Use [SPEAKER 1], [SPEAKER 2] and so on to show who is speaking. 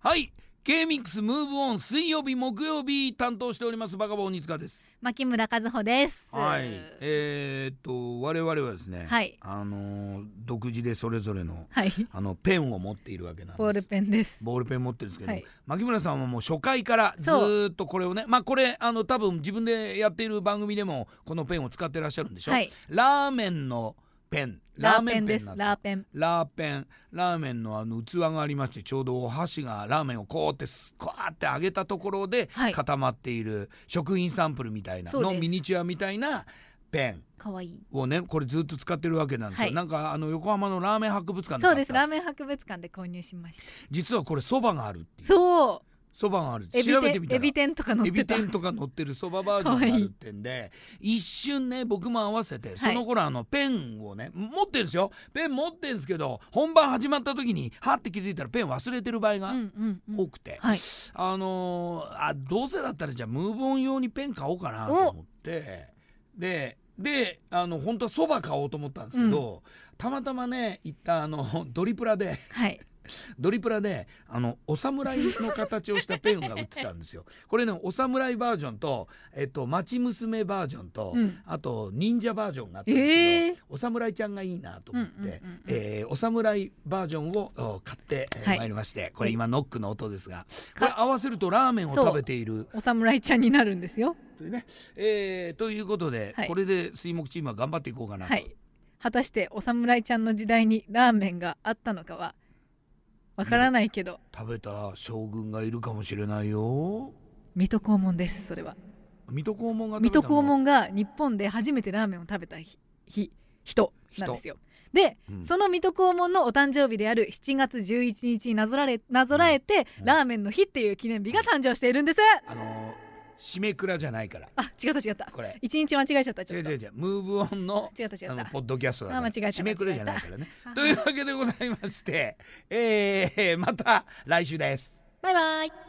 [SPEAKER 1] はい K ミックスムーブオン水曜日木曜日担当しておりますバカボン鬼塚です
[SPEAKER 2] 牧村和穂です。
[SPEAKER 1] はいえー、っと我々はですね、
[SPEAKER 2] はい
[SPEAKER 1] あのー独自でそれぞれの
[SPEAKER 2] はい。
[SPEAKER 1] あのペンを持っているわけなんです
[SPEAKER 2] ボールペンです。
[SPEAKER 1] ボールペン持ってるんですけど、
[SPEAKER 2] はい
[SPEAKER 1] 牧村さんはもう初回からずーっとこれをねまあこれあの多分自分でやっている番組でもこのペンを使ってらっしゃるんでしょ、
[SPEAKER 2] はい。
[SPEAKER 1] ラーメンのペン
[SPEAKER 2] ラーペンです
[SPEAKER 1] な。ん
[SPEAKER 2] ラー
[SPEAKER 1] よ
[SPEAKER 2] ペン。
[SPEAKER 1] ラーペンラーメンのあの器がありましてちょうどお箸がラーメンをこうってすこーって揚げたところで
[SPEAKER 2] はい
[SPEAKER 1] 固まっている食品サンプルみたいな
[SPEAKER 2] そうで
[SPEAKER 1] の
[SPEAKER 2] す
[SPEAKER 1] ミニチュアみたいなペン
[SPEAKER 2] 可愛い
[SPEAKER 1] をねこれずっと使ってるわけなんですよ、
[SPEAKER 2] はい
[SPEAKER 1] なんかあの横浜のラーメン博物館で買った
[SPEAKER 2] そうです。ラーメン博物館で購入しまし
[SPEAKER 1] 実はこれそばがあるって
[SPEAKER 2] た。
[SPEAKER 1] いう
[SPEAKER 2] そう。
[SPEAKER 1] そばがある
[SPEAKER 2] エビ
[SPEAKER 1] 調べて
[SPEAKER 2] 天
[SPEAKER 1] みた
[SPEAKER 2] エ
[SPEAKER 1] ら
[SPEAKER 2] ビ天とか乗っ
[SPEAKER 1] エ
[SPEAKER 2] て
[SPEAKER 1] ビ
[SPEAKER 2] た。
[SPEAKER 1] 天とか乗ってるそばバージョンがあるってんで一瞬ね僕も合わせてその頃あのペンをね持ってるんですよペン持ってるんですけど本番始まった時にはって気づいたらペン忘れてる場合
[SPEAKER 2] うん
[SPEAKER 1] が
[SPEAKER 2] うんう
[SPEAKER 1] 多
[SPEAKER 2] ん。
[SPEAKER 1] くて、
[SPEAKER 2] はい。
[SPEAKER 1] あのーあどうせだったらじゃあムーブオン用にペン買おうかなと思ってでであの本当はそば買おうと思ったんですけど、たまたまね行ったあのドリプラで。
[SPEAKER 2] はい。
[SPEAKER 1] ドリプラであのお侍の形をしたペンが売ってたんですよ。 これねお侍バージョンと、えっと、町娘バージョンと、
[SPEAKER 2] うん
[SPEAKER 1] あと忍者バージョンがあったんですけど、
[SPEAKER 2] えー
[SPEAKER 1] お侍ちゃんがいいなと思って、
[SPEAKER 2] うんうんうんうん
[SPEAKER 1] えーお侍バージョンをお買って、えー
[SPEAKER 2] はい
[SPEAKER 1] 参りましてこれ今ノックの音ですがこ
[SPEAKER 2] か
[SPEAKER 1] れ合わせるとラーメンを
[SPEAKER 2] そう
[SPEAKER 1] 食べている
[SPEAKER 2] お侍ちゃんになるんですよ。
[SPEAKER 1] というね、えーということで、
[SPEAKER 2] はい
[SPEAKER 1] これで水木チームは頑張っていこうかなと。
[SPEAKER 2] はい。果たしてお侍ちゃんの時代にラーメンがあったのかはわからないけど、
[SPEAKER 1] 食べた将軍がいるかもしれないよ。
[SPEAKER 2] 水戸黄門です。それは。
[SPEAKER 1] 水戸黄門が食べた
[SPEAKER 2] 水戸
[SPEAKER 1] の
[SPEAKER 2] 黄門が日本で初めてラーメンを食べた日日人なんですよ。で、
[SPEAKER 1] うん
[SPEAKER 2] その水戸黄門のお誕生日である7月11日になぞられなぞらえて、
[SPEAKER 1] うん
[SPEAKER 2] ラーメンの日っていう記念日が誕生しているんです。
[SPEAKER 1] あのー、締めくらじゃないから、
[SPEAKER 2] あ、違った違った。
[SPEAKER 1] こ れ。
[SPEAKER 2] 一日間違えちゃった。ち
[SPEAKER 1] 違う
[SPEAKER 2] ょっと
[SPEAKER 1] 違う
[SPEAKER 2] 違っ
[SPEAKER 1] 違う、ムーブオンの。
[SPEAKER 2] た違った
[SPEAKER 1] あのポッドキャストだか
[SPEAKER 2] あ
[SPEAKER 1] ら
[SPEAKER 2] 間違えた
[SPEAKER 1] 締めくれじゃないからね。
[SPEAKER 2] あ
[SPEAKER 1] というわけでございまして、えー、また来週です。
[SPEAKER 2] バイバイ。